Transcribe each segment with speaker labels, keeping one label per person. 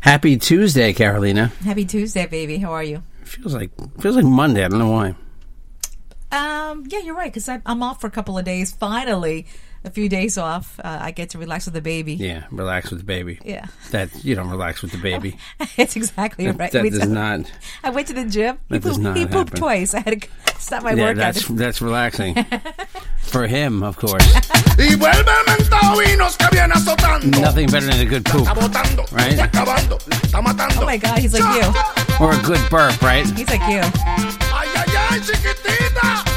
Speaker 1: Happy Tuesday, Carolina.
Speaker 2: Happy Tuesday, baby. How are you?
Speaker 1: Feels like feels like Monday. I don't know why.
Speaker 2: Um, yeah, you're right. Because I'm off for a couple of days. Finally, a few days off. Uh, I get to relax with the baby.
Speaker 1: Yeah, relax with the baby.
Speaker 2: Yeah.
Speaker 1: That you don't relax with the baby.
Speaker 2: It's exactly right.
Speaker 1: That, that
Speaker 2: We-
Speaker 1: does not.
Speaker 2: I went to the gym.
Speaker 1: That
Speaker 2: he
Speaker 1: does
Speaker 2: pooped,
Speaker 1: not
Speaker 2: he pooped
Speaker 1: happen.
Speaker 2: twice. I had to stop my
Speaker 1: Yeah,
Speaker 2: workout.
Speaker 1: that's that's relaxing for him, of course.
Speaker 3: Y vuelve el mentado Vinos que viene azotando.
Speaker 1: Nothing better than a good poop
Speaker 3: Está botando,
Speaker 1: Right.
Speaker 3: está acabando, la está matando.
Speaker 2: Oh my God, he's like you.
Speaker 1: or a good burp, right?
Speaker 2: He's like you.
Speaker 3: Ay, ay, ay, chiquitita.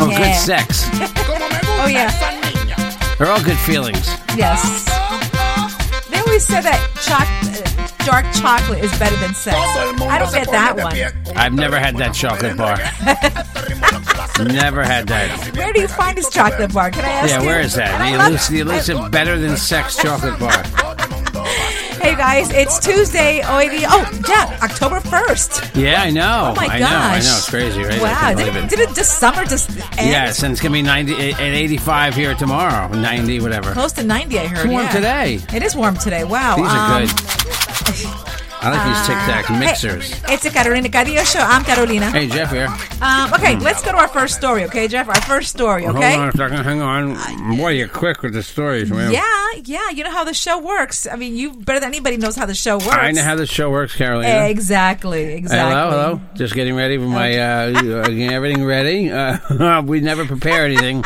Speaker 1: Or good
Speaker 2: Yeah.
Speaker 1: sex.
Speaker 3: Como me gusta
Speaker 2: Oh, yeah.
Speaker 3: esa niña.
Speaker 1: They're all good feelings.
Speaker 2: Yes.
Speaker 3: Oh, oh.
Speaker 2: They always said that choc- uh, dark chocolate is better than sex.
Speaker 3: Todo el mundo
Speaker 2: I don't
Speaker 3: se
Speaker 2: get
Speaker 3: pone
Speaker 2: that
Speaker 3: de
Speaker 2: one.
Speaker 3: pie con
Speaker 1: I've
Speaker 3: este
Speaker 1: never had
Speaker 3: ritmo
Speaker 1: that chocolate
Speaker 3: tan
Speaker 1: bar.
Speaker 3: pegajoso, este ritmo tan placer.
Speaker 1: Never had that.
Speaker 2: Where do you find this chocolate bar? Can I ask
Speaker 1: Yeah,
Speaker 2: you?
Speaker 1: where is that?
Speaker 2: I
Speaker 1: The
Speaker 2: love-
Speaker 1: elusive, the elusive better than sex chocolate bar.
Speaker 3: Todo el mundo va.
Speaker 2: Hey guys, it's Tuesday, already. Oh, yeah, October 1st.
Speaker 1: Yeah, I know.
Speaker 2: Oh my
Speaker 1: I
Speaker 2: gosh.
Speaker 1: know. I know. It's crazy, right? I
Speaker 2: Wow.
Speaker 1: can't
Speaker 2: Did
Speaker 1: believe
Speaker 2: it,
Speaker 1: it.
Speaker 2: did it just summer just end?
Speaker 1: Yes, and it's gonna be ninety eh, at eighty-five here tomorrow, ninety whatever.
Speaker 2: Close to 90, I heard.
Speaker 1: It's warm
Speaker 2: yeah.
Speaker 1: today.
Speaker 2: It is warm today. Wow.
Speaker 1: These are
Speaker 2: um, uh,
Speaker 1: good. I like these Tic Tac mixers. Hey,
Speaker 2: Hey, it's a Carolina Cadillo show. I'm Carolina.
Speaker 1: Jeff here.
Speaker 2: Um, okay, let's go to our first story, okay, Jeff? Our first story,
Speaker 1: Hmm. Hold on
Speaker 2: okay?
Speaker 1: a second. Hang on. Boy, you're quick with the stories, man.
Speaker 2: Yeah, yeah. You know how the show works. I mean, you better than anybody knows how the show works.
Speaker 1: I know how this show works, Carolina.
Speaker 2: Exactly, exactly.
Speaker 1: Hello, hello. Just getting ready for my uh, uh, getting everything ready. Uh, we never prepare anything.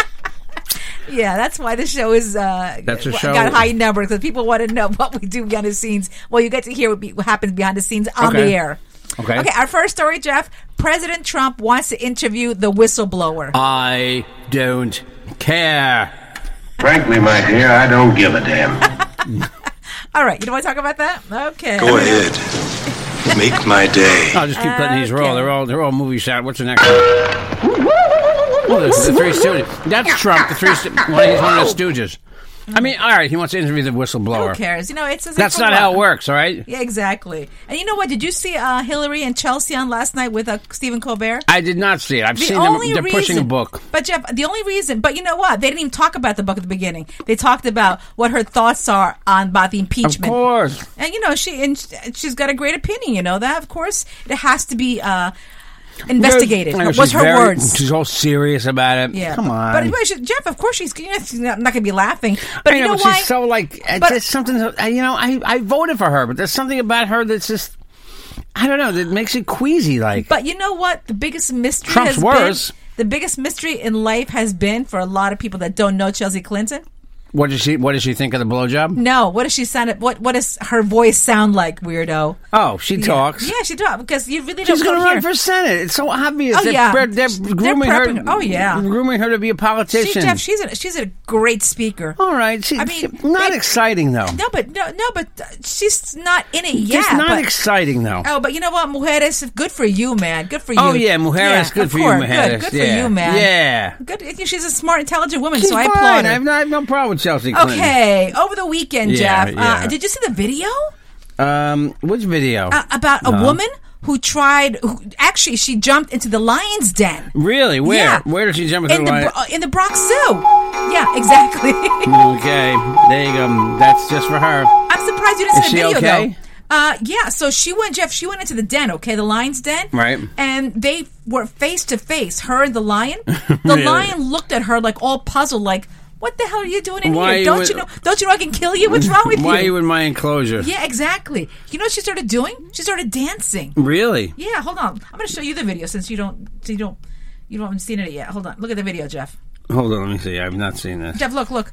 Speaker 2: Yeah, that's why the show is uh,
Speaker 1: That's a
Speaker 2: got
Speaker 1: show.
Speaker 2: high numbers because people want to know what we do behind the scenes. Well, you get to hear what, be, what happens behind the scenes on
Speaker 1: Okay.
Speaker 2: the air.
Speaker 1: Okay.
Speaker 2: Okay. Our first story, Jeff. President Trump wants to interview the whistleblower.
Speaker 1: I don't care.
Speaker 4: Frankly, my dear, I don't give a damn.
Speaker 2: All right. You don't want to talk about that? Okay.
Speaker 5: Go ahead. Make my day.
Speaker 1: I'll just keep letting these roll.
Speaker 2: Okay.
Speaker 1: They're all they're all movie shot. What's the next one? Oh, the, the three Stooges. That's Trump. The three. Sto- one, he's one of the Stooges. I mean, all right. He wants to interview the whistleblower.
Speaker 2: Who cares? You know, it's as
Speaker 1: That's
Speaker 2: if-
Speaker 1: not how it works. All right.
Speaker 2: Yeah, exactly. And you know what? Did you see uh, Hillary and Chelsea on last night with uh, Stephen Colbert?
Speaker 1: I did not see it. I've seen them. They're pushing a book.
Speaker 2: But Jeff, the only reason, but you know what? They didn't even talk about the book at the beginning. They talked about what her thoughts are on about the
Speaker 1: Of
Speaker 2: impeachment.
Speaker 1: course.
Speaker 2: And you know, she and sh- she's got a great opinion. You know that, of course, it has to be uh, investigated.
Speaker 1: I know
Speaker 2: Her- What's
Speaker 1: she's
Speaker 2: her
Speaker 1: very-
Speaker 2: words?
Speaker 1: She's all serious about it.
Speaker 2: yeah,
Speaker 1: Come on.
Speaker 2: But anyway, she, Jeff, of course, she's, you know, she's not, going to be laughing. But
Speaker 1: I
Speaker 2: you know,
Speaker 1: but
Speaker 2: why?
Speaker 1: she's so like. uh,
Speaker 2: But-
Speaker 1: there's something. uh, You know, I I voted for her, but there's something about her that's just. I don't know. That makes it queasy. Like
Speaker 2: But you know what? The biggest mystery
Speaker 1: Trump's
Speaker 2: has
Speaker 1: worse.
Speaker 2: been the biggest mystery in life has been for a lot of people that don't know Chelsea Clinton.
Speaker 1: what does she? What does she think of the blowjob?
Speaker 2: No, what does she sound? What what does her voice sound like, weirdo?
Speaker 1: Oh, she talks.
Speaker 2: Yeah, she talks because you really don't.
Speaker 1: She's going to
Speaker 2: don't
Speaker 1: run
Speaker 2: hear-
Speaker 1: for senate. It's so obvious.
Speaker 2: Oh,
Speaker 1: they're,
Speaker 2: yeah.
Speaker 1: pre- they're
Speaker 2: They're
Speaker 1: grooming her.
Speaker 2: prepping- oh, yeah.
Speaker 1: grooming her to be a
Speaker 2: She,
Speaker 1: politician.
Speaker 2: Jeff, she's a, she's a great speaker.
Speaker 1: all right. She,
Speaker 2: I mean,
Speaker 1: not
Speaker 2: they-
Speaker 1: exciting though.
Speaker 2: No, but no, no, but uh, she's not in it yet.
Speaker 1: Just not
Speaker 2: but,
Speaker 1: exciting though.
Speaker 2: Oh, but you know what, Mujeres, good for you, man. Good for you.
Speaker 1: Oh yeah, Mujeres,
Speaker 2: Yeah,
Speaker 1: good
Speaker 2: of
Speaker 1: for you,
Speaker 2: course.
Speaker 1: Mujeres.
Speaker 2: Good, good
Speaker 1: yeah.
Speaker 2: for you, man.
Speaker 1: Yeah.
Speaker 2: Good. She's a smart, intelligent woman,
Speaker 1: She's
Speaker 2: so I
Speaker 1: fine.
Speaker 2: applaud her.
Speaker 1: I have, no, I have no problem with Chelsea Clinton.
Speaker 2: Okay, over the weekend,
Speaker 1: Yeah,
Speaker 2: Jeff.
Speaker 1: yeah.
Speaker 2: Uh, did you see the video
Speaker 1: Um, which video?
Speaker 2: uh, about a woman who tried? Who, actually, she jumped into the lion's den.
Speaker 1: really? Where?
Speaker 2: Yeah.
Speaker 1: Where did she jump with
Speaker 2: in
Speaker 1: her
Speaker 2: the
Speaker 1: line?
Speaker 2: Bro- uh, in the Bronx Zoo. Yeah, exactly.
Speaker 1: okay. There you go. That's just for her.
Speaker 2: I'm surprised you didn't
Speaker 1: Is
Speaker 2: see the
Speaker 1: she
Speaker 2: video
Speaker 1: okay?
Speaker 2: though. Uh, yeah, so she went, Jeff. She went into the den, okay, the lion's den,
Speaker 1: Right.
Speaker 2: And they were face to face, her and the lion. The
Speaker 1: Really?
Speaker 2: lion looked at her like all puzzled, like, What the hell are you doing in
Speaker 1: Why
Speaker 2: here?
Speaker 1: you
Speaker 2: Don't
Speaker 1: would-
Speaker 2: you know? Don't you know I can kill you? What's wrong with
Speaker 1: Why are
Speaker 2: you?
Speaker 1: you in my enclosure?
Speaker 2: yeah, exactly. You know what she started doing? She started dancing.
Speaker 1: Really?
Speaker 2: Yeah, hold on. I'm going to show you the video since you don't you don't you don't haven't seen it yet. Hold on. Look at the video, Jeff.
Speaker 1: Hold on, let me see. I've not seen this.
Speaker 2: Jeff, look, look.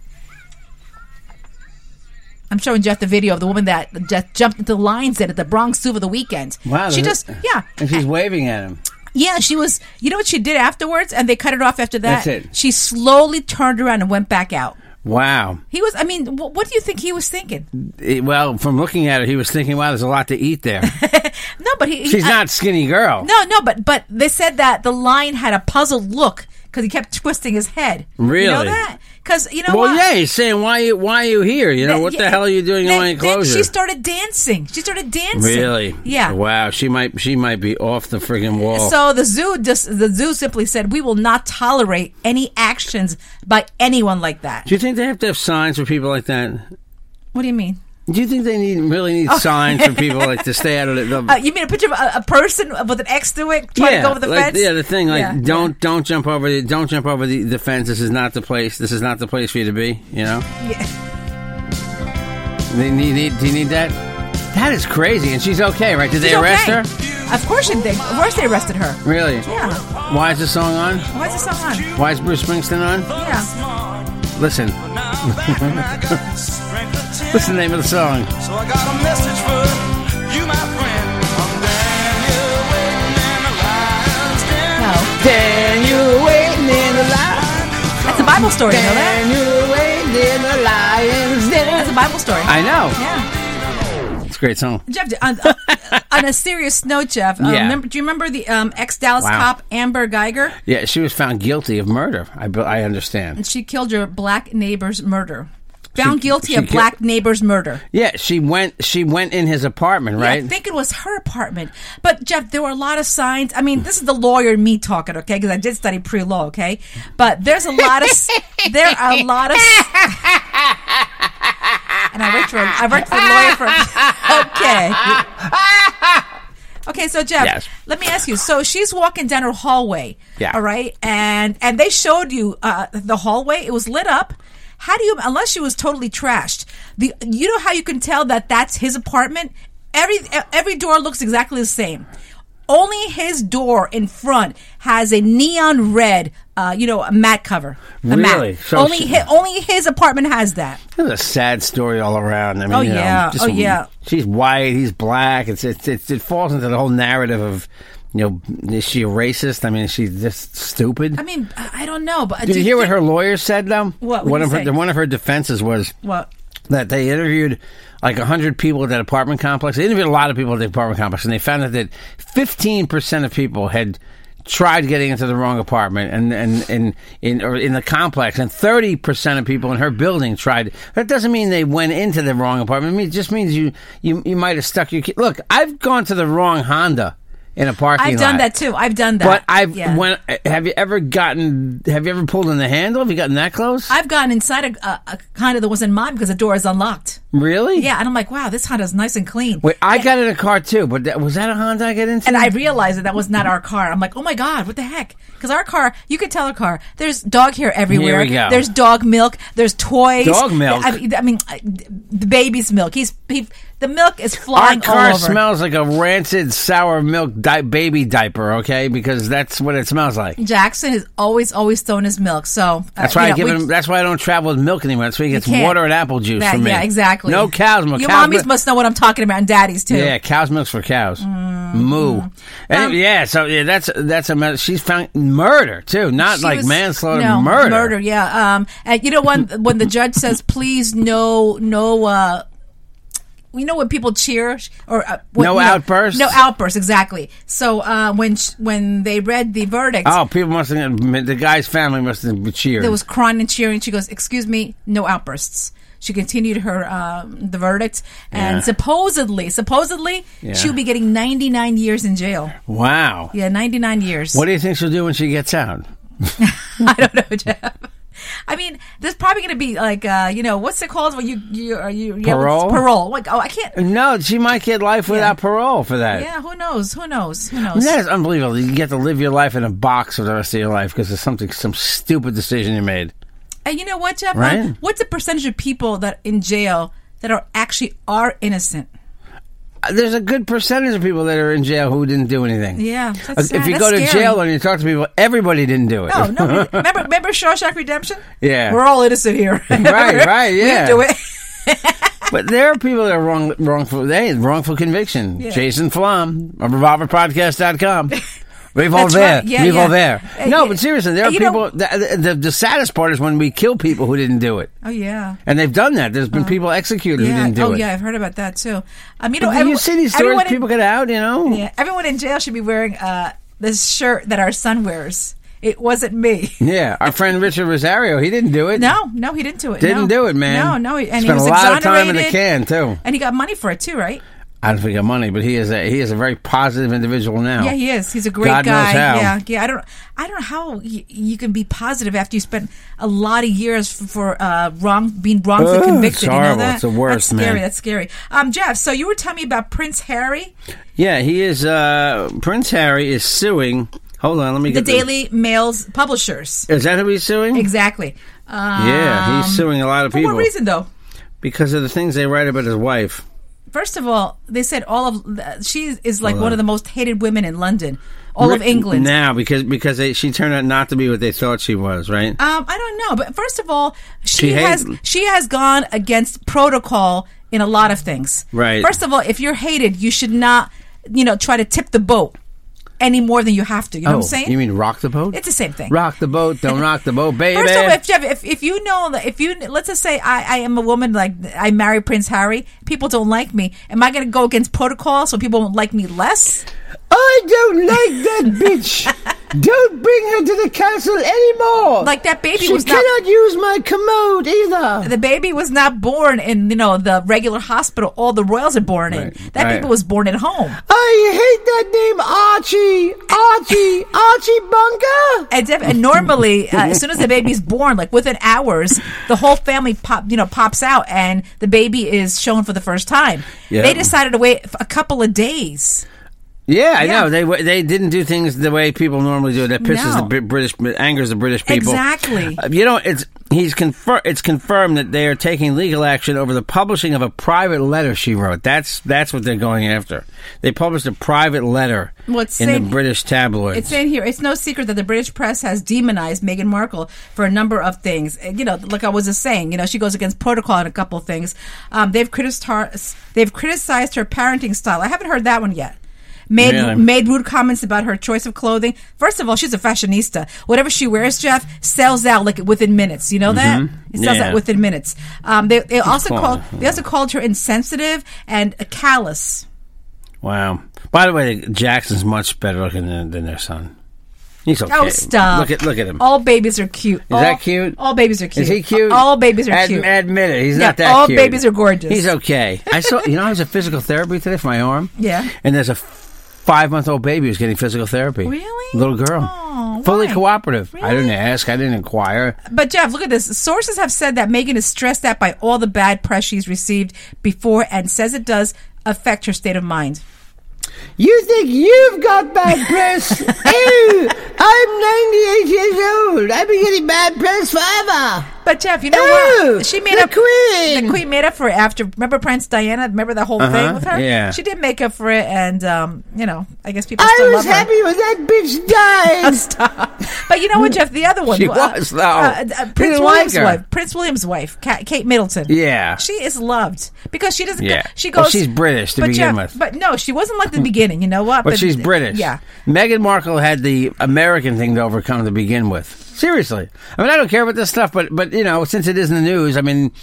Speaker 2: I'm showing Jeff the video of the woman that just jumped into the lion's den at the Bronx Zoo for the weekend.
Speaker 1: Wow.
Speaker 2: she
Speaker 1: this-
Speaker 2: just yeah, Uh,
Speaker 1: And she's waving at him.
Speaker 2: yeah. She was. You know what she did afterwards, and they cut it off after that.
Speaker 1: That's it.
Speaker 2: She slowly turned around and went back out.
Speaker 1: Wow.
Speaker 2: He was. I mean, wh- what do you think he was thinking?
Speaker 1: Eh, well, from looking at it, he was thinking, wow, there's a lot to eat there.
Speaker 2: No, but he. he-
Speaker 1: She's
Speaker 2: I-
Speaker 1: not skinny girl.
Speaker 2: No, no, but but they said that the lion had a puzzled look because he kept twisting his head. You know
Speaker 1: Really?
Speaker 2: that? Because you know
Speaker 1: Well,
Speaker 2: what?
Speaker 1: yeah, he's saying, why you, why are you here? You know,
Speaker 2: uh, Th-
Speaker 1: what
Speaker 2: yeah,
Speaker 1: the hell are you doing in
Speaker 2: then-
Speaker 1: my
Speaker 2: then
Speaker 1: enclosure?
Speaker 2: She started dancing. She started dancing.
Speaker 1: Really?
Speaker 2: Yeah.
Speaker 1: Wow, she might she might be off the friggin' wall.
Speaker 2: So the zoo just the zoo simply said we will not tolerate any actions by anyone like that.
Speaker 1: Do you think they have to have signs for people like that?
Speaker 2: What do you mean?
Speaker 1: Do you think they need really need
Speaker 2: Oh.
Speaker 1: signs for people like to stay out of the?
Speaker 2: Uh, you mean a picture of a, a person with an X to it trying to go over the
Speaker 1: like,
Speaker 2: fence?
Speaker 1: yeah, the thing like
Speaker 2: Yeah.
Speaker 1: don't don't jump over the don't jump over the, the fence. This is not the place. This is not the place for you to be. You know.
Speaker 2: Yeah.
Speaker 1: They need, need, do you need that? That is crazy. And she's okay, right? Did
Speaker 2: She's
Speaker 1: they arrest
Speaker 2: okay.
Speaker 1: her?
Speaker 2: Of course they. Of course they arrested her.
Speaker 1: Really?
Speaker 2: Yeah.
Speaker 1: Why is this song on?
Speaker 2: Why is this song on?
Speaker 1: Why is Bruce Springsteen on?
Speaker 2: Yeah.
Speaker 1: Listen, what's the name of the song?
Speaker 3: So I got a message for you, my friend. I'm Daniel waiting in the lion's den.
Speaker 2: No.
Speaker 1: Daniel waiting in the line.
Speaker 2: That's a Bible story. You know that?
Speaker 1: Daniel waiting in the lion's
Speaker 2: That's a Bible story.
Speaker 1: I know.
Speaker 2: yeah.
Speaker 1: It's a great song.
Speaker 2: Jeff, on, on- on a serious note, Jeff, um,
Speaker 1: Yeah.
Speaker 2: remember, do you remember the um, ex Dallas
Speaker 1: Wow.
Speaker 2: cop Amber Geiger?
Speaker 1: Yeah, she was found guilty of murder. I, be- I understand.
Speaker 2: She killed your black neighbor's murder. Found
Speaker 1: She-
Speaker 2: guilty
Speaker 1: she
Speaker 2: of
Speaker 1: ki-
Speaker 2: black neighbor's murder.
Speaker 1: Yeah, she went. She went in his apartment,
Speaker 2: Yeah,
Speaker 1: right?
Speaker 2: I think it was her apartment. But Jeff, there were a lot of signs. I mean, this is the lawyer in me talking, okay? Because I did study pre-law, okay? But there's a lot of s- there are a lot of. s- and I worked for I worked for a lawyer for. Okay. Okay, so Jeff,
Speaker 1: Yes.
Speaker 2: let me ask you. So she's walking down her hallway.
Speaker 1: Yeah.
Speaker 2: All right, and and they showed you uh, the hallway. It was lit up. How do you? Unless she was totally trashed. The you know how you can tell that that's his apartment. Every every door looks exactly the same. Only his door in front has a neon red, uh, you know, a mat cover. A mat.
Speaker 1: Really? So
Speaker 2: only
Speaker 1: she-
Speaker 2: hi- only his apartment has that.
Speaker 1: It's a sad story all around. I mean,
Speaker 2: Oh,
Speaker 1: you know,
Speaker 2: yeah.
Speaker 1: just-
Speaker 2: Oh, yeah.
Speaker 1: She's white. He's black. It's, it's it's it falls into the whole narrative of, you know, is she a racist? I mean, is she just stupid?
Speaker 2: I mean, I I don't know, but uh,
Speaker 1: Did you hear what
Speaker 2: think-
Speaker 1: her lawyer said though?
Speaker 2: What would
Speaker 1: one
Speaker 2: he
Speaker 1: of her
Speaker 2: say?
Speaker 1: the- one of her defenses was
Speaker 2: What?
Speaker 1: that they interviewed like hundred people at that apartment complex. They interviewed a lot of people at the apartment complex, and they found out that fifteen percent of people had tried getting into the wrong apartment and and and in or in the complex and 30% of people in her building tried that doesn't mean they went into the wrong apartment I mean, it just means you you you might have stuck your key. look I've gone to the wrong Honda in a parking
Speaker 2: I've
Speaker 1: lot
Speaker 2: done that too. I've done that.
Speaker 1: but I've
Speaker 2: Yeah.
Speaker 1: when have you ever gotten have you ever pulled in the handle? Have you gotten that close?
Speaker 2: I've gone inside a, a, a condo that wasn't mine because the door is unlocked.
Speaker 1: really?
Speaker 2: Yeah, and I'm like, wow, this Honda's nice and clean.
Speaker 1: Wait, I got in a car too, but that, was that a Honda I got into?
Speaker 2: and I realized that that was not our car. I'm like, oh my god, what the heck? Because our car, you could tell our car. There's dog hair
Speaker 1: Here
Speaker 2: everywhere.
Speaker 1: we go.
Speaker 2: There's dog milk. There's toys.
Speaker 1: Dog milk?
Speaker 2: I, mean- I mean, I- the baby's milk. He's he, the milk is
Speaker 1: Our
Speaker 2: flying
Speaker 1: car
Speaker 2: all over.
Speaker 1: smells like a rancid sour milk di- baby diaper. Okay, because that's what it smells like.
Speaker 2: Jackson is always always throwing his milk. So uh,
Speaker 1: That's why
Speaker 2: you
Speaker 1: I give
Speaker 2: we-
Speaker 1: him. That's why I don't travel with milk anymore. That's why he gets
Speaker 2: can't.
Speaker 1: water and apple juice
Speaker 2: That-
Speaker 1: for me.
Speaker 2: Yeah, exactly.
Speaker 1: No cows. milk.
Speaker 2: Your
Speaker 1: cows,
Speaker 2: mommies
Speaker 1: milk-
Speaker 2: must know what I'm talking about, and daddies too. Mm-hmm. Um,
Speaker 1: Yeah, cow's milk's for cows. Moo. Any- yeah, so yeah, that's that's a ma- she's found murder too, not
Speaker 2: She
Speaker 1: like
Speaker 2: was-
Speaker 1: manslaughter,
Speaker 2: no,
Speaker 1: murder.
Speaker 2: Murder, yeah. Um, and you know when when the judge says, "Please, no, no." Uh, you know when people cheer or uh, when,
Speaker 1: No
Speaker 2: you know,
Speaker 1: outbursts?
Speaker 2: No outbursts, exactly. So uh, when sh- when they read the verdict,
Speaker 1: Oh, people must have the guy's family must have cheered.
Speaker 2: there was crying and cheering. She goes, "Excuse me, no outbursts." She continued her um, the verdict, and
Speaker 1: Yeah.
Speaker 2: supposedly, supposedly,
Speaker 1: Yeah.
Speaker 2: she would be getting ninety nine years in jail.
Speaker 1: wow.
Speaker 2: Yeah, ninety nine years.
Speaker 1: What do you think she'll do when she gets out?
Speaker 2: I don't know, Jeff. I mean, there's probably going to be like, uh, you know, what's it called when you you are you yeah,
Speaker 1: Parole?
Speaker 2: what's- parole? Like, oh, I can't.
Speaker 1: No, she might get life without parole for that.
Speaker 2: Yeah, who knows? Who knows? Who
Speaker 1: I mean,
Speaker 2: knows?
Speaker 1: That is unbelievable. You get to live your life in a box for the rest of your life because of something, some stupid decision you made.
Speaker 2: And you know what, Jeff?
Speaker 1: Right.
Speaker 2: Um, What's the percentage of people that in jail that are actually are innocent?
Speaker 1: Uh, There's a good percentage of people that are in jail who didn't do anything. Uh,
Speaker 2: Yeah,
Speaker 1: If
Speaker 2: that's sad.
Speaker 1: you
Speaker 2: That's
Speaker 1: go to
Speaker 2: scary.
Speaker 1: jail and you talk to people, everybody didn't do it.
Speaker 2: No, no. we- remember, remember Shawshank Redemption?
Speaker 1: Yeah.
Speaker 2: we're all innocent here.
Speaker 1: Right, right,
Speaker 2: We
Speaker 1: yeah.
Speaker 2: didn't do it.
Speaker 1: But there are people that are wrong, wrongful, they wrongful conviction.
Speaker 2: Yeah.
Speaker 1: Jason Flum of revolverpodcast.com. Revolver,
Speaker 2: That's right. Yeah, yeah.
Speaker 1: revolver.
Speaker 2: Uh,
Speaker 1: No,
Speaker 2: yeah.
Speaker 1: but seriously, there
Speaker 2: Uh,
Speaker 1: are
Speaker 2: you know-
Speaker 1: people. The, the, the saddest part is when we kill people who didn't do it,
Speaker 2: Oh yeah.
Speaker 1: and they've done that. There's been people executed who
Speaker 2: Oh. Yeah.
Speaker 1: didn't do
Speaker 2: oh
Speaker 1: it.
Speaker 2: yeah, I've heard about that too. Um, you know,
Speaker 1: But you
Speaker 2: everyone-
Speaker 1: see these stories,
Speaker 2: everyone in-
Speaker 1: people get out. You know,
Speaker 2: Yeah, everyone in jail should be wearing uh, this shirt that our son wears. It wasn't me.
Speaker 1: Yeah, our friend Richard Rosario, he didn't do it.
Speaker 2: No, no, he didn't do it.
Speaker 1: Didn't
Speaker 2: no.
Speaker 1: do it, man.
Speaker 2: No, no, he- and he
Speaker 1: Spent
Speaker 2: was
Speaker 1: a lot of time in the
Speaker 2: exonerated.
Speaker 1: can too.
Speaker 2: And he got money for it too, right?
Speaker 1: I don't think he got money, but he is a he is a very positive individual now.
Speaker 2: Yeah, he is. He's a great
Speaker 1: Oh. God knows
Speaker 2: guy.
Speaker 1: how.
Speaker 2: Yeah, yeah. I don't, I don't know how y- you can be positive after you spent a lot of years f- for uh, wrong, being wrongfully
Speaker 1: Ugh,
Speaker 2: convicted.
Speaker 1: it's
Speaker 2: you know
Speaker 1: horrible.
Speaker 2: that?
Speaker 1: It's the worst,
Speaker 2: That's scary.
Speaker 1: man.
Speaker 2: That's scary. Um, Jeff, so you were telling me about Prince Harry,
Speaker 1: Yeah, he is. Uh, Prince Harry is suing. Hold on, let me
Speaker 2: the
Speaker 1: get
Speaker 2: Daily Mail's publishers.
Speaker 1: Is that who he's suing?
Speaker 2: Exactly. Um,
Speaker 1: Yeah, he's suing a lot of
Speaker 2: for
Speaker 1: people
Speaker 2: what reason though?
Speaker 1: because of the things they write about his wife.
Speaker 2: First of all, they said all of uh, she is like one of the most hated women in London, all of
Speaker 1: Ri-
Speaker 2: England.
Speaker 1: now because because they, she turned out not to be what they thought she was. Right?
Speaker 2: Um, I don't know, but first of all, she,
Speaker 1: She hates
Speaker 2: has
Speaker 1: them.
Speaker 2: she has gone against protocol in a lot of things.
Speaker 1: Right.
Speaker 2: First of all, if you're hated, you should not, you know, try to tip the boat any more than you have to. You know
Speaker 1: oh,
Speaker 2: what I'm saying?
Speaker 1: you mean rock the boat?
Speaker 2: It's the same thing.
Speaker 1: Rock the boat, don't rock the boat, baby.
Speaker 2: First of all, if, Jeff, if if you know that if you let's just say I, I am a woman like I marry Prince Harry, people don't like me. Am I going to go against protocol so people won't like me less?
Speaker 1: I don't like that bitch. Don't bring her to the castle anymore.
Speaker 2: Like that baby She was not- cannot
Speaker 1: use my commode either.
Speaker 2: The baby was not born in you know the regular hospital. All the royals are born in.
Speaker 1: Right,
Speaker 2: That
Speaker 1: right.
Speaker 2: baby was born at home.
Speaker 1: I hate that name Archie. Archie, Archie Bunker.
Speaker 2: And, def- and normally, uh, as soon as the baby's born, like within hours, the whole family pop, you know, pops out, and the baby is shown for the first time.
Speaker 1: Yeah.
Speaker 2: They decided to wait f- a couple of days.
Speaker 1: Yeah, I
Speaker 2: Yeah.
Speaker 1: know they wa- they didn't do things the way people normally do. That pisses
Speaker 2: No.
Speaker 1: the Br- British, angers the British people.
Speaker 2: Exactly.
Speaker 1: Uh, You know, it's he's confir- It's confirmed that they are taking legal action over the publishing of a private letter she wrote. That's that's what they're going after. They published a private letter
Speaker 2: Well, it's
Speaker 1: in
Speaker 2: saying-
Speaker 1: the British tabloids.
Speaker 2: It's in here. It's no secret that the British press has demonized Meghan Markle for a number of things. And, You know, like I was just saying, you know, she goes against protocol on a couple of things. Um, they've criticized her. They've criticized her parenting style. I haven't heard that one yet. Made
Speaker 1: Really?
Speaker 2: made rude comments about her choice of clothing. First of all, she's a fashionista. Whatever she wears, Jeff sells out like within minutes. You know that it sells
Speaker 1: Yeah.
Speaker 2: out within minutes. Um, they, they also
Speaker 1: fine.
Speaker 2: Mm-hmm. called they also called her insensitive and a callous.
Speaker 1: wow. By the way, Jackson's much better looking than, than their son. He's okay.
Speaker 2: Oh, stop.
Speaker 1: Look at look at him.
Speaker 2: All babies are cute.
Speaker 1: Is that cute?
Speaker 2: All babies are cute.
Speaker 1: Is he cute?
Speaker 2: All babies are
Speaker 1: Ad-
Speaker 2: cute.
Speaker 1: Admit it. He's
Speaker 2: Yeah,
Speaker 1: not that
Speaker 2: all
Speaker 1: cute.
Speaker 2: babies are gorgeous.
Speaker 1: He's okay. I saw, you know, I was at physical therapy today for my arm.
Speaker 2: Yeah.
Speaker 1: And there's a five month old baby who's getting physical therapy.
Speaker 2: Really?
Speaker 1: Little girl.
Speaker 2: Oh,
Speaker 1: Fully
Speaker 2: why?
Speaker 1: cooperative. I didn't
Speaker 2: Really?
Speaker 1: ask. I didn't inquire.
Speaker 2: But Jeff, look at this. Sources have said that Megan is stressed out by all the bad press she's received before, and says it does affect her state of mind.
Speaker 1: You think you've got bad press? Ew! I'm 98 years old. I've been getting bad press forever.
Speaker 2: But Jeff, you know what?
Speaker 1: Ew,
Speaker 2: She made
Speaker 1: the
Speaker 2: up.
Speaker 1: queen.
Speaker 2: The queen made up for it after. Remember Prince Diana? Remember the whole
Speaker 1: Uh-huh,
Speaker 2: thing with her?
Speaker 1: yeah.
Speaker 2: She did make up for it, and um, you know, I guess people still love her.
Speaker 1: when that bitch died.
Speaker 2: Stop. But you know what, Jeff? The other one. uh,
Speaker 1: She was, though. They
Speaker 2: Prince
Speaker 1: didn't like
Speaker 2: William's
Speaker 1: her.
Speaker 2: wife. Prince William's wife, Ka- Kate Middleton.
Speaker 1: Yeah.
Speaker 2: She is loved because she doesn't.
Speaker 1: Yeah.
Speaker 2: Go, she goes.
Speaker 1: Well, she's British to
Speaker 2: but
Speaker 1: begin with.
Speaker 2: But no, she wasn't like the beginning. You know what?
Speaker 1: But she's British.
Speaker 2: Yeah.
Speaker 1: Meghan Markle had the American thing to overcome to begin with. Seriously. I mean, I don't care about this stuff, but but you know, since it is in the news, I mean,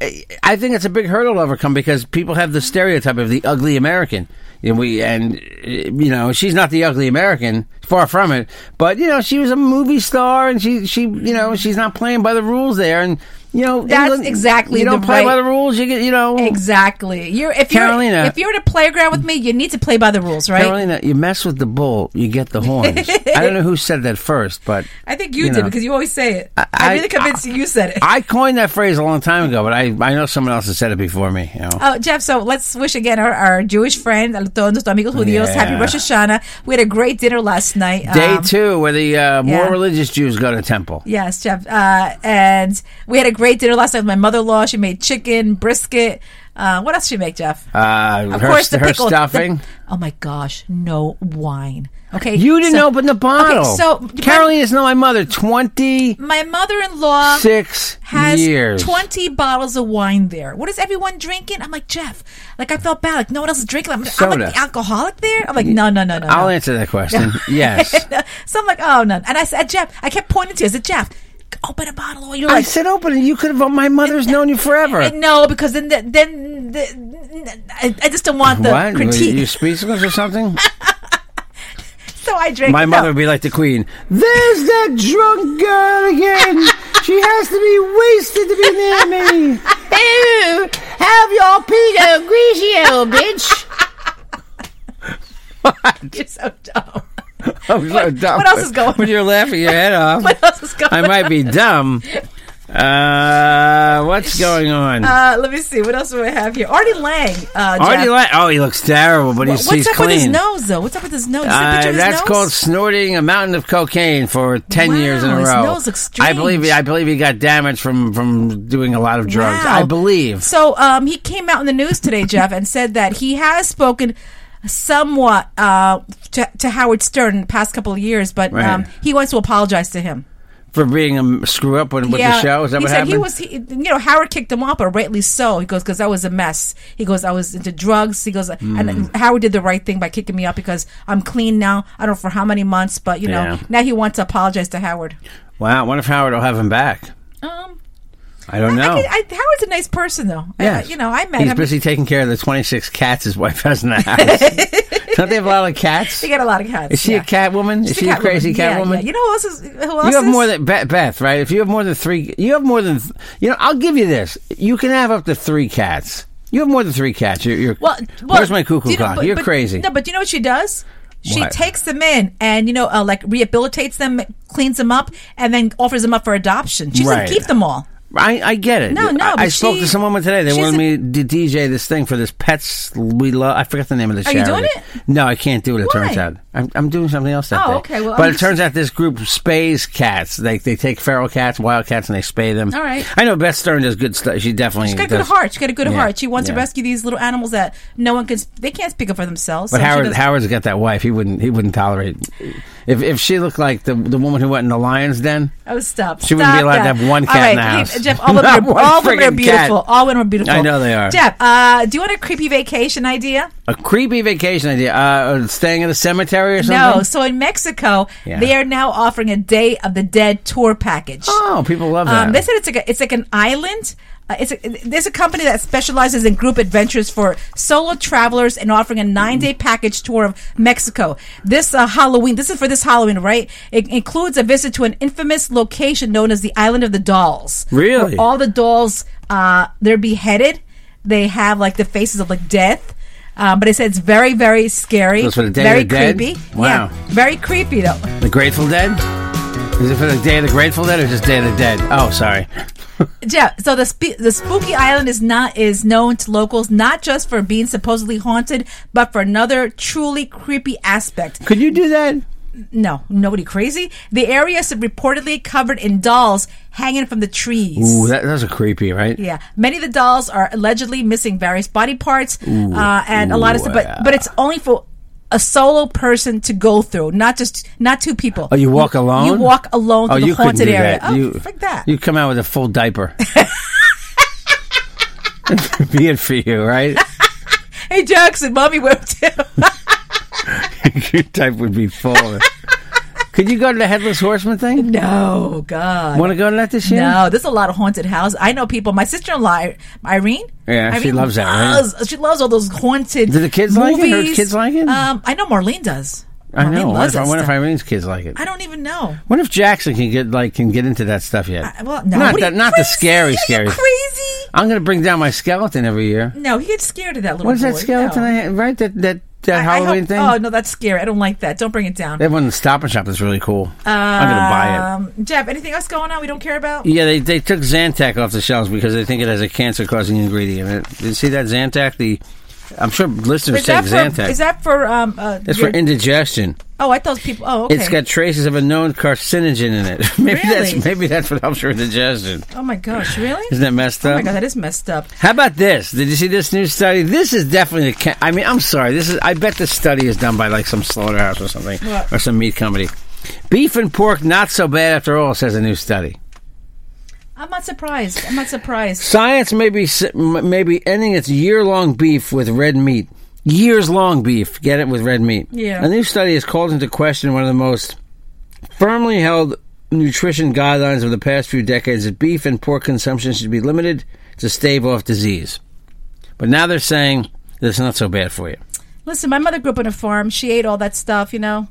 Speaker 1: I- I think it's a big hurdle to overcome because people have the stereotype of the ugly American. And we and uh, you know, she's not the ugly American, far from it. But you know, she was a movie star, and she she you know, she's not playing by the rules there, and. You know,
Speaker 2: That's
Speaker 1: England,
Speaker 2: exactly
Speaker 1: You don't
Speaker 2: the
Speaker 1: play by
Speaker 2: right-
Speaker 1: the rules. You get, you know,
Speaker 2: Exactly. You're if you're
Speaker 1: Carolina.
Speaker 2: if you're at a playground with me, you need to play by the rules, right?
Speaker 1: Carolina. You mess with the bull, you get the horns. I don't know who said that first, but
Speaker 2: I think you,
Speaker 1: You
Speaker 2: did
Speaker 1: know.
Speaker 2: because you always say it. I, am
Speaker 1: I-
Speaker 2: really convinced you said it.
Speaker 1: I coined that phrase a long time ago. But I, I know someone else has said it before me. You know.
Speaker 2: Oh, Jeff, so let's wish again our, our Jewish friend, a todos nuestros amigos judíos, happy
Speaker 1: Yeah.
Speaker 2: Rosh Hashanah. We had a great dinner last night.
Speaker 1: Day
Speaker 2: um,
Speaker 1: two, where the uh, more
Speaker 2: yeah.
Speaker 1: religious Jews go to temple.
Speaker 2: Yes, Jeff. Uh, and we had a great dinner last night with my mother in law. She made chicken, brisket. Uh, what else did she make, Jeff?
Speaker 1: Uh,
Speaker 2: of
Speaker 1: her,
Speaker 2: course, the
Speaker 1: her
Speaker 2: pickle. the-
Speaker 1: stuffing.
Speaker 2: oh my gosh, no wine. Okay,
Speaker 1: you didn't
Speaker 2: so-
Speaker 1: open the bottle.
Speaker 2: Okay, so
Speaker 1: Carolina's known my mother twenty
Speaker 2: my mother-in-law
Speaker 1: six
Speaker 2: has
Speaker 1: years.
Speaker 2: 20 bottles of wine there. What is everyone drinking? I'm like, Jeff, like I felt bad. Like no one else is drinking. I'm, I'm like
Speaker 1: Soda.
Speaker 2: the alcoholic there. I'm like, no, no, no, no.
Speaker 1: I'll
Speaker 2: no.
Speaker 1: answer that question. yes.
Speaker 2: So I'm like, oh, no. And I said, Jeff, I kept pointing to you. I said, Jeff, open a bottle. You're
Speaker 1: I
Speaker 2: like,
Speaker 1: said open it. You could have. My mother's known you forever.
Speaker 2: Eh, No, because then the, then the, I, I just don't want the
Speaker 1: what?
Speaker 2: critique.
Speaker 1: You speechless or something?
Speaker 2: so I drink.
Speaker 1: My
Speaker 2: no.
Speaker 1: mother would be like the queen. There's that drunk girl again. she has to be wasted to be near me. Ew! Have your Pinot Grigio, bitch.
Speaker 2: You're so dumb.
Speaker 1: I'm so
Speaker 2: What-
Speaker 1: dumb.
Speaker 2: what else is going
Speaker 1: When you're laughing your head off,
Speaker 2: What else is going
Speaker 1: I might be dumb. Uh, what's going on?
Speaker 2: Uh, let me see. What else do I have here? Artie Lang. Uh,
Speaker 1: Artie
Speaker 2: Jeff.
Speaker 1: Lang. Oh, he looks terrible, but he's,
Speaker 2: What's
Speaker 1: he's
Speaker 2: up
Speaker 1: clean.
Speaker 2: with his nose, though? What's up with his nose? Is there a
Speaker 1: Uh,
Speaker 2: picture of his
Speaker 1: that's
Speaker 2: nose?
Speaker 1: called snorting a mountain of cocaine for ten
Speaker 2: Wow,
Speaker 1: years in a
Speaker 2: his
Speaker 1: row.
Speaker 2: nose looks
Speaker 1: I believe.
Speaker 2: strange.
Speaker 1: I believe he got damage from from doing a lot of drugs.
Speaker 2: Wow.
Speaker 1: I believe.
Speaker 2: So um, he came out in the news today, Jeff, and said that he has spoken somewhat uh, to, to Howard Stern in the past couple of years, but um,
Speaker 1: Right.
Speaker 2: he wants to apologize to him.
Speaker 1: For being a m- screw up with, with the show, is that
Speaker 2: he
Speaker 1: what
Speaker 2: said
Speaker 1: happened?
Speaker 2: he was. He, you know, Howard kicked him off, but rightly so. He goes because I was a mess. He goes, I was into drugs. He goes,
Speaker 1: Hmm.
Speaker 2: and Howard did the right thing by kicking me out because I'm clean now. I don't know for how many months, but you know,
Speaker 1: Yeah.
Speaker 2: now he wants to apologize to Howard.
Speaker 1: wow. I wonder if Howard will have him back.
Speaker 2: Um,
Speaker 1: I don't know.
Speaker 2: I, I, Howard's a nice person, though. I-
Speaker 1: Yes.
Speaker 2: you know, I met
Speaker 1: He's
Speaker 2: him.
Speaker 1: busy taking care of the twenty six cats his wife has in the house. don't they have a lot of cats?
Speaker 2: They got a lot of cats.
Speaker 1: Is she
Speaker 2: yeah.
Speaker 1: a cat woman? Is
Speaker 2: She's
Speaker 1: she a
Speaker 2: cat
Speaker 1: crazy
Speaker 2: woman.
Speaker 1: cat
Speaker 2: Yeah,
Speaker 1: woman?
Speaker 2: yeah. You know who else is? Who else
Speaker 1: You have
Speaker 2: is?
Speaker 1: more than Beth, Beth, right? If you have more than three, you have more than you know. I'll give you this: you can have up to three cats. You have more than three cats. You're, you're
Speaker 2: Well, well,
Speaker 1: where's my cuckoo
Speaker 2: do you know-
Speaker 1: clock?
Speaker 2: but-
Speaker 1: you're
Speaker 2: but-
Speaker 1: crazy.
Speaker 2: No, but you know what she does? She
Speaker 1: What?
Speaker 2: takes them in and you know, uh, like rehabilitates them, cleans them up, and then offers them up for adoption. She doesn't
Speaker 1: Right.
Speaker 2: keep them all.
Speaker 1: I, I get it.
Speaker 2: No, no,
Speaker 1: I, I
Speaker 2: but
Speaker 1: spoke
Speaker 2: she-
Speaker 1: to someone today. They
Speaker 2: she's
Speaker 1: wanted
Speaker 2: a-
Speaker 1: me to DJ this thing for this pets we love. I forgot the name of the
Speaker 2: Are
Speaker 1: charity.
Speaker 2: you doing it?
Speaker 1: No, I can't do it. It
Speaker 2: Why?
Speaker 1: turns out I'm, I'm doing something else. That
Speaker 2: Oh,
Speaker 1: day.
Speaker 2: okay, well,
Speaker 1: but
Speaker 2: I'm
Speaker 1: it
Speaker 2: just-
Speaker 1: turns out this group spays cats. They they take feral cats, wild cats, and they spay them.
Speaker 2: All right.
Speaker 1: I know Beth Stern does good stuff. She definitely
Speaker 2: She's got a
Speaker 1: does.
Speaker 2: good heart. She's got a good
Speaker 1: Yeah,
Speaker 2: heart. She wants to
Speaker 1: yeah.
Speaker 2: rescue these little animals that no one can. They can't speak up for themselves.
Speaker 1: But
Speaker 2: so she
Speaker 1: Howard,
Speaker 2: does-
Speaker 1: Howard's got that wife. He wouldn't. He wouldn't tolerate. If if she looked like the the woman who went in the lion's den,
Speaker 2: Oh, stop!
Speaker 1: She wouldn't be
Speaker 2: stop
Speaker 1: allowed to
Speaker 2: that.
Speaker 1: have one cat
Speaker 2: all right,
Speaker 1: in the house.
Speaker 2: hey, Jeff, all women,
Speaker 1: Not
Speaker 2: are,
Speaker 1: one
Speaker 2: all women are
Speaker 1: friggin'
Speaker 2: beautiful.
Speaker 1: cat.
Speaker 2: All women are beautiful.
Speaker 1: I know they are.
Speaker 2: Jeff, uh, do you want a creepy vacation idea?
Speaker 1: a creepy vacation idea. Uh, staying at a cemetery or something.
Speaker 2: No. So in Mexico,
Speaker 1: Yeah.
Speaker 2: they are now offering a Day of the Dead tour package.
Speaker 1: Oh, people love that.
Speaker 2: Um, they said it's like a, it's like an island. Uh, it's a, there's a company that specializes in group adventures for solo travelers and offering a nine day
Speaker 1: Mm-hmm.
Speaker 2: package tour of Mexico. This uh, Halloween, this is for this Halloween, right? It includes a visit to an infamous location known as the Island of the Dolls.
Speaker 1: Really?
Speaker 2: Where all the dolls uh, they're beheaded. They have like the faces of like death. Um, but it said it's very, very scary.
Speaker 1: That's for the Day of
Speaker 2: very
Speaker 1: the Dead?
Speaker 2: creepy.
Speaker 1: Wow.
Speaker 2: Yeah, very creepy though.
Speaker 1: the Grateful Dead. Is it for the Day of the Grateful Dead or just Day of the Dead? Oh, sorry.
Speaker 2: Yeah, so the sp- the spooky island is not is known to locals not just for being supposedly haunted, but for another truly creepy aspect.
Speaker 1: Could you do that?
Speaker 2: No, nobody crazy. The area is reportedly covered in dolls hanging from the trees.
Speaker 1: Ooh, that, that's a creepy, right?
Speaker 2: Yeah, many of the dolls are allegedly missing various body parts, uh, and a lot of stuff. But but it's only for a solo person to go through, not just not two people.
Speaker 1: Oh, you walk alone.
Speaker 2: You walk alone
Speaker 1: Oh,
Speaker 2: through the
Speaker 1: you couldn't
Speaker 2: haunted
Speaker 1: do
Speaker 2: area.
Speaker 1: That.
Speaker 2: Oh,
Speaker 1: you,
Speaker 2: frick that.
Speaker 1: You come out with a full diaper. Be it for you, right?
Speaker 2: hey, Jackson, mommy whipped him.
Speaker 1: Your type would be full. Could you go to the headless horseman thing?
Speaker 2: no, God.
Speaker 1: Want to go to that this year?
Speaker 2: No, there's a lot of haunted houses. I know people. My sister in law, Irene.
Speaker 1: Yeah, she
Speaker 2: Irene
Speaker 1: loves that, right?
Speaker 2: loves- She loves all those haunted.
Speaker 1: Do the kids like it? Her
Speaker 2: movies.
Speaker 1: kids like it?
Speaker 2: Um, I know Marlene does.
Speaker 1: I know.
Speaker 2: Maureen
Speaker 1: What
Speaker 2: loves
Speaker 1: if, I
Speaker 2: that
Speaker 1: wonder if
Speaker 2: stuff.
Speaker 1: Irene's kids like it?
Speaker 2: I don't even know.
Speaker 1: What if Jackson can get like can get into that stuff yet?
Speaker 2: I- well, no.
Speaker 1: not
Speaker 2: What are
Speaker 1: that,
Speaker 2: you
Speaker 1: not the
Speaker 2: crazy? Are
Speaker 1: scary,
Speaker 2: you
Speaker 1: scary.
Speaker 2: crazy?
Speaker 1: I'm gonna bring down my skeleton every year.
Speaker 2: No, he gets scared of that little.
Speaker 1: What is that
Speaker 2: boy.
Speaker 1: skeleton?
Speaker 2: No.
Speaker 1: I had, right, that that that
Speaker 2: I- I
Speaker 1: Halloween
Speaker 2: hope-
Speaker 1: thing.
Speaker 2: Oh no, that's scary. I don't like that. Don't bring it down.
Speaker 1: They have one in the Stop and Shop that's really cool. I'm gonna buy it.
Speaker 2: Um, Jeb, anything else going on we don't care about?
Speaker 1: Yeah, they, they took Zantac off the shelves because they think it has a cancer causing ingredient. in it. You see that Zantac? The I'm sure listeners
Speaker 2: Is
Speaker 1: take
Speaker 2: that for?
Speaker 1: Zantac.
Speaker 2: Is that for? Um, uh,
Speaker 1: it's
Speaker 2: your-
Speaker 1: for indigestion.
Speaker 2: oh, I thought people. Oh, okay.
Speaker 1: It's got traces of a known carcinogen in it. maybe
Speaker 2: Really?
Speaker 1: that's maybe that's what helps your indigestion.
Speaker 2: Oh my gosh, really?
Speaker 1: Isn't that messed
Speaker 2: Oh
Speaker 1: up?
Speaker 2: my god, that is messed up.
Speaker 1: How about this? Did you see this new study? This is definitely. A ca- I mean, I'm sorry. This is. I bet this study is done by like some slaughterhouse or something,
Speaker 2: What?
Speaker 1: or some meat company. Beef and pork not so bad after all, says a new study.
Speaker 2: I'm not surprised. I'm not surprised.
Speaker 1: Science may be s- m- may be ending its year long beef with red meat. Years long beef. Get it with red meat.
Speaker 2: Yeah.
Speaker 1: A new study has called into question one of the most firmly held nutrition guidelines of the past few decades that beef and pork consumption should be limited to stave off disease. But now they're saying that it's not so bad for you.
Speaker 2: Listen, my mother grew up on a farm. She ate all that stuff, you know.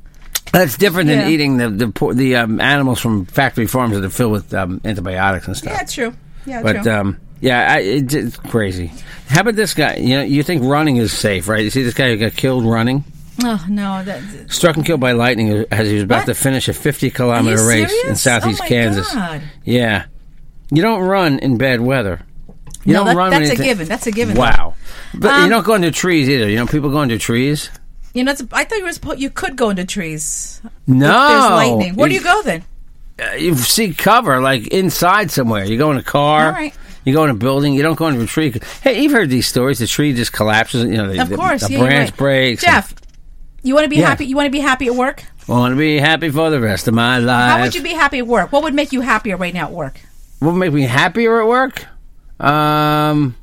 Speaker 1: That's different than
Speaker 2: Yeah.
Speaker 1: eating the the, por- the um, animals from factory farms that are filled with um, antibiotics and stuff.
Speaker 2: Yeah, true. Yeah,
Speaker 1: But
Speaker 2: true.
Speaker 1: um, yeah, I, it, it's crazy. How about this guy? You know, you think running is safe, right? You see this guy who got killed running,
Speaker 2: oh no, that,
Speaker 1: struck and killed by lightning as he was about
Speaker 2: What?
Speaker 1: to finish a
Speaker 2: are you
Speaker 1: fifty-kilometer race
Speaker 2: serious?
Speaker 1: in southeast
Speaker 2: oh my
Speaker 1: Kansas.
Speaker 2: God.
Speaker 1: Yeah, you don't run in bad weather. You
Speaker 2: No,
Speaker 1: don't
Speaker 2: that-
Speaker 1: run.
Speaker 2: that's
Speaker 1: when
Speaker 2: a
Speaker 1: it's-
Speaker 2: given. That's a given,
Speaker 1: Wow, but you
Speaker 2: Um,
Speaker 1: don't go into trees either. You know, people go into trees.
Speaker 2: You know, that's, I thought you were supposed, you could go into trees.
Speaker 1: No,
Speaker 2: There's lightning. Where do you go then?
Speaker 1: you seek cover, like inside somewhere. You go in a car.
Speaker 2: All right.
Speaker 1: You go in a building. You don't go into a tree. Hey, you've heard these stories. The tree just collapses. You know, the,
Speaker 2: Of
Speaker 1: the-
Speaker 2: course,
Speaker 1: the
Speaker 2: yeah, you're
Speaker 1: branch
Speaker 2: right.
Speaker 1: breaks.
Speaker 2: Jeff, you want to be
Speaker 1: Yeah.
Speaker 2: happy? You want to be happy at work?
Speaker 1: want to be happy for the rest of my life.
Speaker 2: How would you be happy at work? What would make you happier right now at work?
Speaker 1: What would make me happier at work? Um,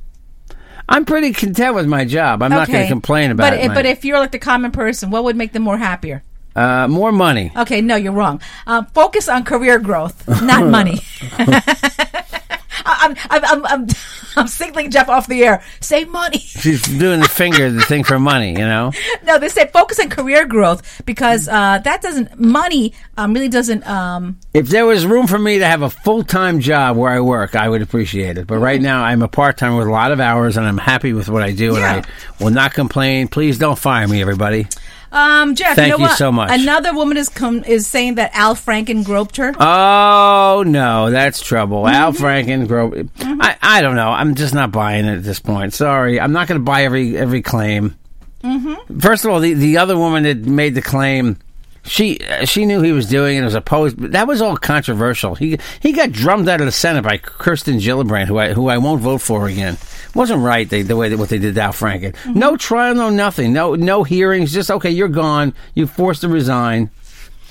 Speaker 1: I'm pretty content with my job. I'm not going to complain about
Speaker 2: but
Speaker 1: it.
Speaker 2: But if you're like the common person, what would make them more happier?
Speaker 1: uh, more money.
Speaker 2: Okay, no, you're wrong. Um, focus on career growth, not money. I- I'm, I'm, I'm, I'm, I'm singling Jeff off the air. Say money.
Speaker 1: She's doing the finger, the thing for money. You know.
Speaker 2: No, they say focus on career growth because uh, that doesn't money um, really doesn't. Um,
Speaker 1: If there was room for me to have a full time job where I work, I would appreciate it. But right now, I'm a part time with a lot of hours, and I'm happy with what I do,
Speaker 2: Yeah.
Speaker 1: and I will not complain. Please don't fire me, everybody.
Speaker 2: um, Jeff,
Speaker 1: Thank
Speaker 2: you know
Speaker 1: you
Speaker 2: what?
Speaker 1: so much.
Speaker 2: Another woman is com- is saying that Al Franken groped her.
Speaker 1: Oh no, that's trouble. Al Franken, Gro- I I don't know. I'm just not buying it at this point. Sorry, I'm not going to buy every every claim. First of all, the the other woman that made the claim. She uh, she knew he was doing it. It was opposed, but that was all controversial. He he got drummed out of the Senate by Kirsten Gillibrand, who I who I won't vote for again. wasn't right they, the way that what they did to Al Franken.
Speaker 2: Mm-hmm.
Speaker 1: No trial, no nothing, no no hearings. Just okay, you're gone. You forced to resign.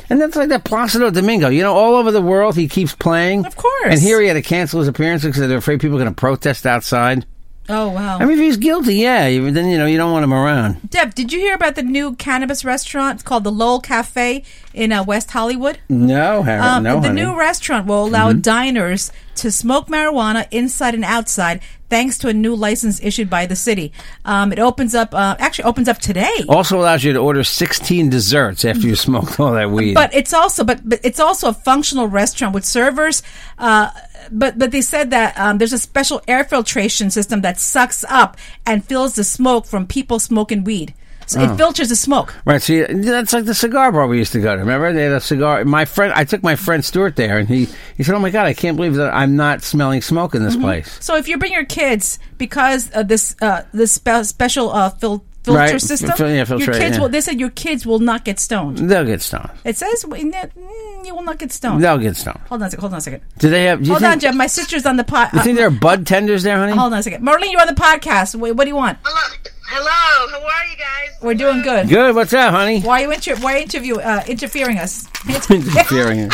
Speaker 1: And that's like that Placido Domingo. You know, all over the world, he keeps playing.
Speaker 2: Of course.
Speaker 1: And here he had to cancel his appearance because they're afraid people are going to protest outside.
Speaker 2: Oh wow,
Speaker 1: I mean, if he's guilty, yeah, you- then, you know, you don't want him around.
Speaker 2: Deb, did you hear about the new cannabis restaurant? It's called the Lowell Cafe in uh, West Hollywood.
Speaker 1: No, Harry,
Speaker 2: Um,
Speaker 1: no,
Speaker 2: the
Speaker 1: honey. Mm-hmm.
Speaker 2: new restaurant will allow diners to smoke marijuana inside and outside, thanks to a new license issued by the city. Um, it opens up, uh, actually opens up today.
Speaker 1: also allows you to order 16 desserts after you smoked all that weed.
Speaker 2: But it's also, but, but it's also a functional restaurant with servers. Uh, but but they said that um, there's a special air filtration system that sucks up and fills the smoke from people smoking weed. So
Speaker 1: Oh.
Speaker 2: it filters the smoke.
Speaker 1: Right, see, that's like the cigar bar we used to go to. Remember, they had a cigar. My friend, I took my friend Stuart there, and he, he said, "Oh my God, I can't believe that I'm not smelling smoke in this
Speaker 2: Mm-hmm.
Speaker 1: place."
Speaker 2: So if you bring your kids because of this uh, this spe- special uh, fil- filter
Speaker 1: Right.
Speaker 2: system,
Speaker 1: Fil- yeah, filter,
Speaker 2: your kids
Speaker 1: yeah.
Speaker 2: will. They said your kids will not get stoned.
Speaker 1: They'll get stoned.
Speaker 2: It says w- in that, mm, you will not get stoned.
Speaker 1: They'll get stoned.
Speaker 2: Hold on a second. Hold on a second.
Speaker 1: Do they have? Do you
Speaker 2: Hold
Speaker 1: think,
Speaker 2: on, Jeff. My sister's on the pod.
Speaker 1: You think there are bud tenders there, honey?
Speaker 2: hold on a second. Marlene, you're on the podcast. Wait, what do you want?
Speaker 6: Hello. Hello. How are you guys? Um,
Speaker 2: We're doing good.
Speaker 1: Good. What's up, honey?
Speaker 2: Why are you inter- why are you interview uh, interfering us?
Speaker 1: interfering.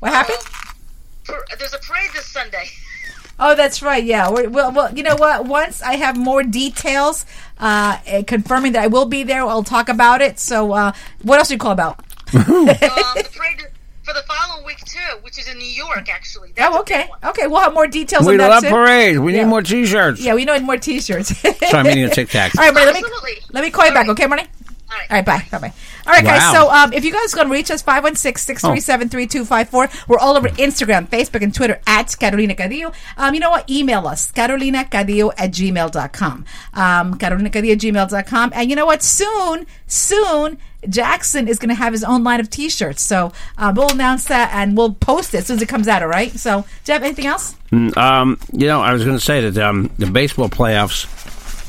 Speaker 2: what happened?
Speaker 6: Par- There's a parade this Sunday.
Speaker 2: Oh, that's right. Yeah. We're, well, well, you know what? Once I have more details uh, eh, confirming that I will be there, I'll talk about it. So, uh, what else do you call about?
Speaker 6: Um, the parade is for the following week too, which is in New York actually. That's
Speaker 2: Oh,
Speaker 6: a big
Speaker 2: okay.
Speaker 6: one.
Speaker 2: Okay, we'll have more details
Speaker 1: We
Speaker 2: on that
Speaker 1: love
Speaker 2: soon.
Speaker 1: parades. We
Speaker 2: Yeah.
Speaker 1: need more t-shirts.
Speaker 2: Yeah, we need more t-shirts. All
Speaker 1: Sorry, I'm eating a Tic Tac.
Speaker 2: right, Marty, let me,
Speaker 6: Absolutely.
Speaker 2: let me call you
Speaker 6: All
Speaker 2: back,
Speaker 6: right.
Speaker 2: okay, Marty? All right, bye. Bye bye. All right, guys.
Speaker 1: Wow.
Speaker 2: So um, if you guys going to reach us, 516 637 3254. We're all over Instagram, Facebook, and Twitter at Carolina Cadillo. Um, you know what? Email us, carolinacadillo at gmail.com. Um, carolinacadillo at gmail.com. And you know what? Soon, soon, Jackson is going to have his own line of t shirts. So uh, we'll announce that and we'll post it as soon as it comes out, all right? So, do you have anything else?
Speaker 1: Um, you know, I was going to say that um, the baseball playoffs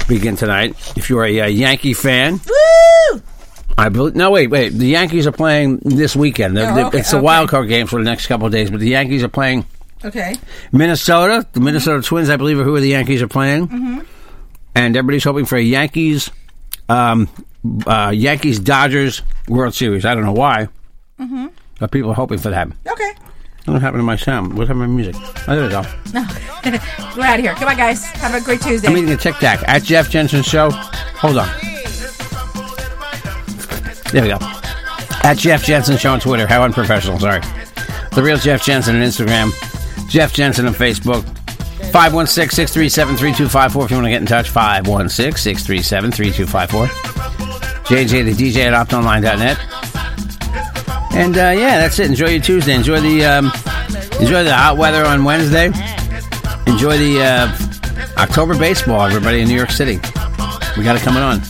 Speaker 1: begin tonight. If you're a, uh Yankee fan,
Speaker 2: Woo!
Speaker 1: I believe. No, wait, wait. The Yankees are playing this weekend. They're-
Speaker 2: Oh,
Speaker 1: they're-
Speaker 2: okay,
Speaker 1: it's a
Speaker 2: okay.
Speaker 1: wild card game for the next couple of days, but the Yankees are playing
Speaker 2: Okay.
Speaker 1: Minnesota. The Minnesota
Speaker 2: Mm-hmm.
Speaker 1: Twins, I believe, are who the Yankees are playing, and everybody's hoping for a Yankees, um, uh, Yankees Dodgers World Series. I don't know why,
Speaker 2: Mm-hmm.
Speaker 1: but people are hoping for that.
Speaker 2: Okay.
Speaker 1: What happened to my sound? What happened to my music? Oh, there we go.
Speaker 2: We're out of here. Goodbye, guys. Have a great Tuesday.
Speaker 1: I'm eating a Tic Tac at Jeff Jensen Show. Hold on. There we go. At Jeff Jensen Show on Twitter. How unprofessional, sorry. The real Jeff Jensen on Instagram. Jeff Jensen on Facebook. 516 637 3254 if you want to get in touch. 516 637 3254. JJ the DJ at optonline.net. And uh, yeah, that's it. Enjoy your Tuesday. Enjoy the um, enjoy the hot weather on Wednesday. Enjoy the uh, October baseball, everybody in New York City. We got it coming on.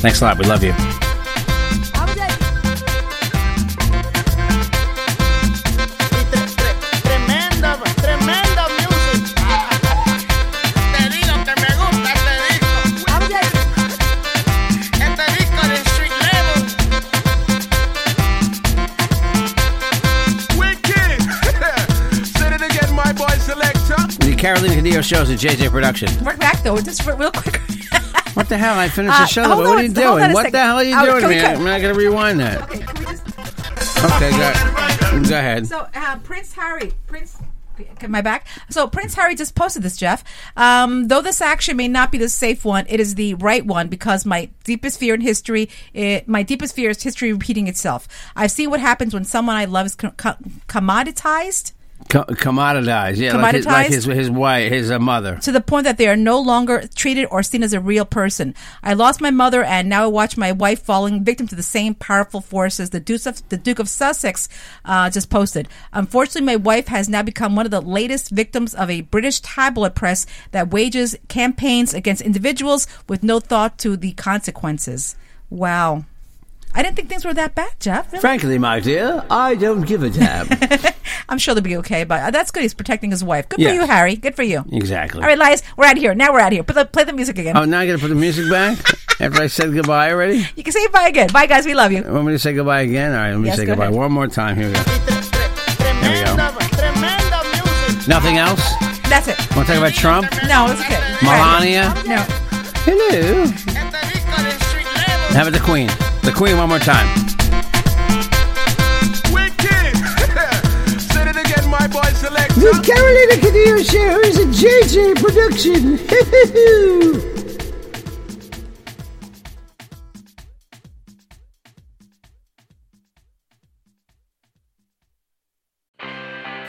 Speaker 1: Thanks a lot. We love you.
Speaker 7: Tremendo, tremendo music. Te digo que me gusta este disco. Este disco de street level.
Speaker 3: Wicked! Say it again, my boy selector.
Speaker 1: The Carolina Cadillo shows at JJ Production.
Speaker 2: We're back, though. Just for, real quick.
Speaker 1: What the hell? I finished
Speaker 2: Uh,
Speaker 1: the show.
Speaker 2: hold
Speaker 1: but
Speaker 2: on
Speaker 1: what are you
Speaker 2: a- hold on
Speaker 1: doing?
Speaker 2: a
Speaker 1: What
Speaker 2: second.
Speaker 1: the hell are you
Speaker 2: Oh,
Speaker 1: doing,
Speaker 2: can we
Speaker 1: man?
Speaker 2: cut?
Speaker 1: I'm not gonna rewind that.
Speaker 2: Okay, can we just.
Speaker 1: Okay, go, go ahead.
Speaker 2: So uh, Prince Harry, Prince. okay, My back. So Prince Harry just posted this, Jeff. Um, Though this action may not be the safe one, it is the right one because my deepest fear in history, it, my deepest fear is history repeating itself. I've seen what happens when someone I love is co- co- commoditized
Speaker 1: Co- commoditized, yeah, like his, like his
Speaker 2: Commoditized?
Speaker 1: his wife, his uh, mother.
Speaker 2: to the point that they are no longer treated or seen as a real person. I lost my mother, and now I watch my wife falling victim to the same powerful forces. The Duke of, the Duke of Sussex uh, just posted. Unfortunately, my wife has now become one of the latest victims of a British tabloid press that wages campaigns against individuals with no thought to the consequences. Wow. I didn't think things were that bad, Jeff. Really?
Speaker 1: Frankly, my dear, I don't give a damn.
Speaker 2: I'm sure they'll be okay, but uh, that's good. He's protecting his wife. Good
Speaker 1: Yeah.
Speaker 2: for you, Harry. Good for you.
Speaker 1: exactly.
Speaker 2: All right, Lias, we're out of here. Now we're out of here. Play the, play the music again.
Speaker 1: oh, now I gotta put the music back. Everybody said goodbye already.
Speaker 2: You can say bye again. Bye, guys. We love you.
Speaker 1: Want me to say goodbye again? All right, let me
Speaker 2: Yes,
Speaker 1: say
Speaker 2: go
Speaker 1: goodbye
Speaker 2: ahead.
Speaker 1: one more time. Here we go.
Speaker 7: Tremendo, tremendo music.
Speaker 1: Nothing else.
Speaker 2: That's it.
Speaker 1: Want to talk about Trump?
Speaker 2: No, it's okay.
Speaker 1: Melania.
Speaker 2: No.
Speaker 1: Hello.
Speaker 7: Este disco de street level.
Speaker 1: Have it the Queen. The Queen one more time.
Speaker 3: Wicked! Say it again, my boy selector.
Speaker 1: The Carolina Cadillo Show is a JJ production.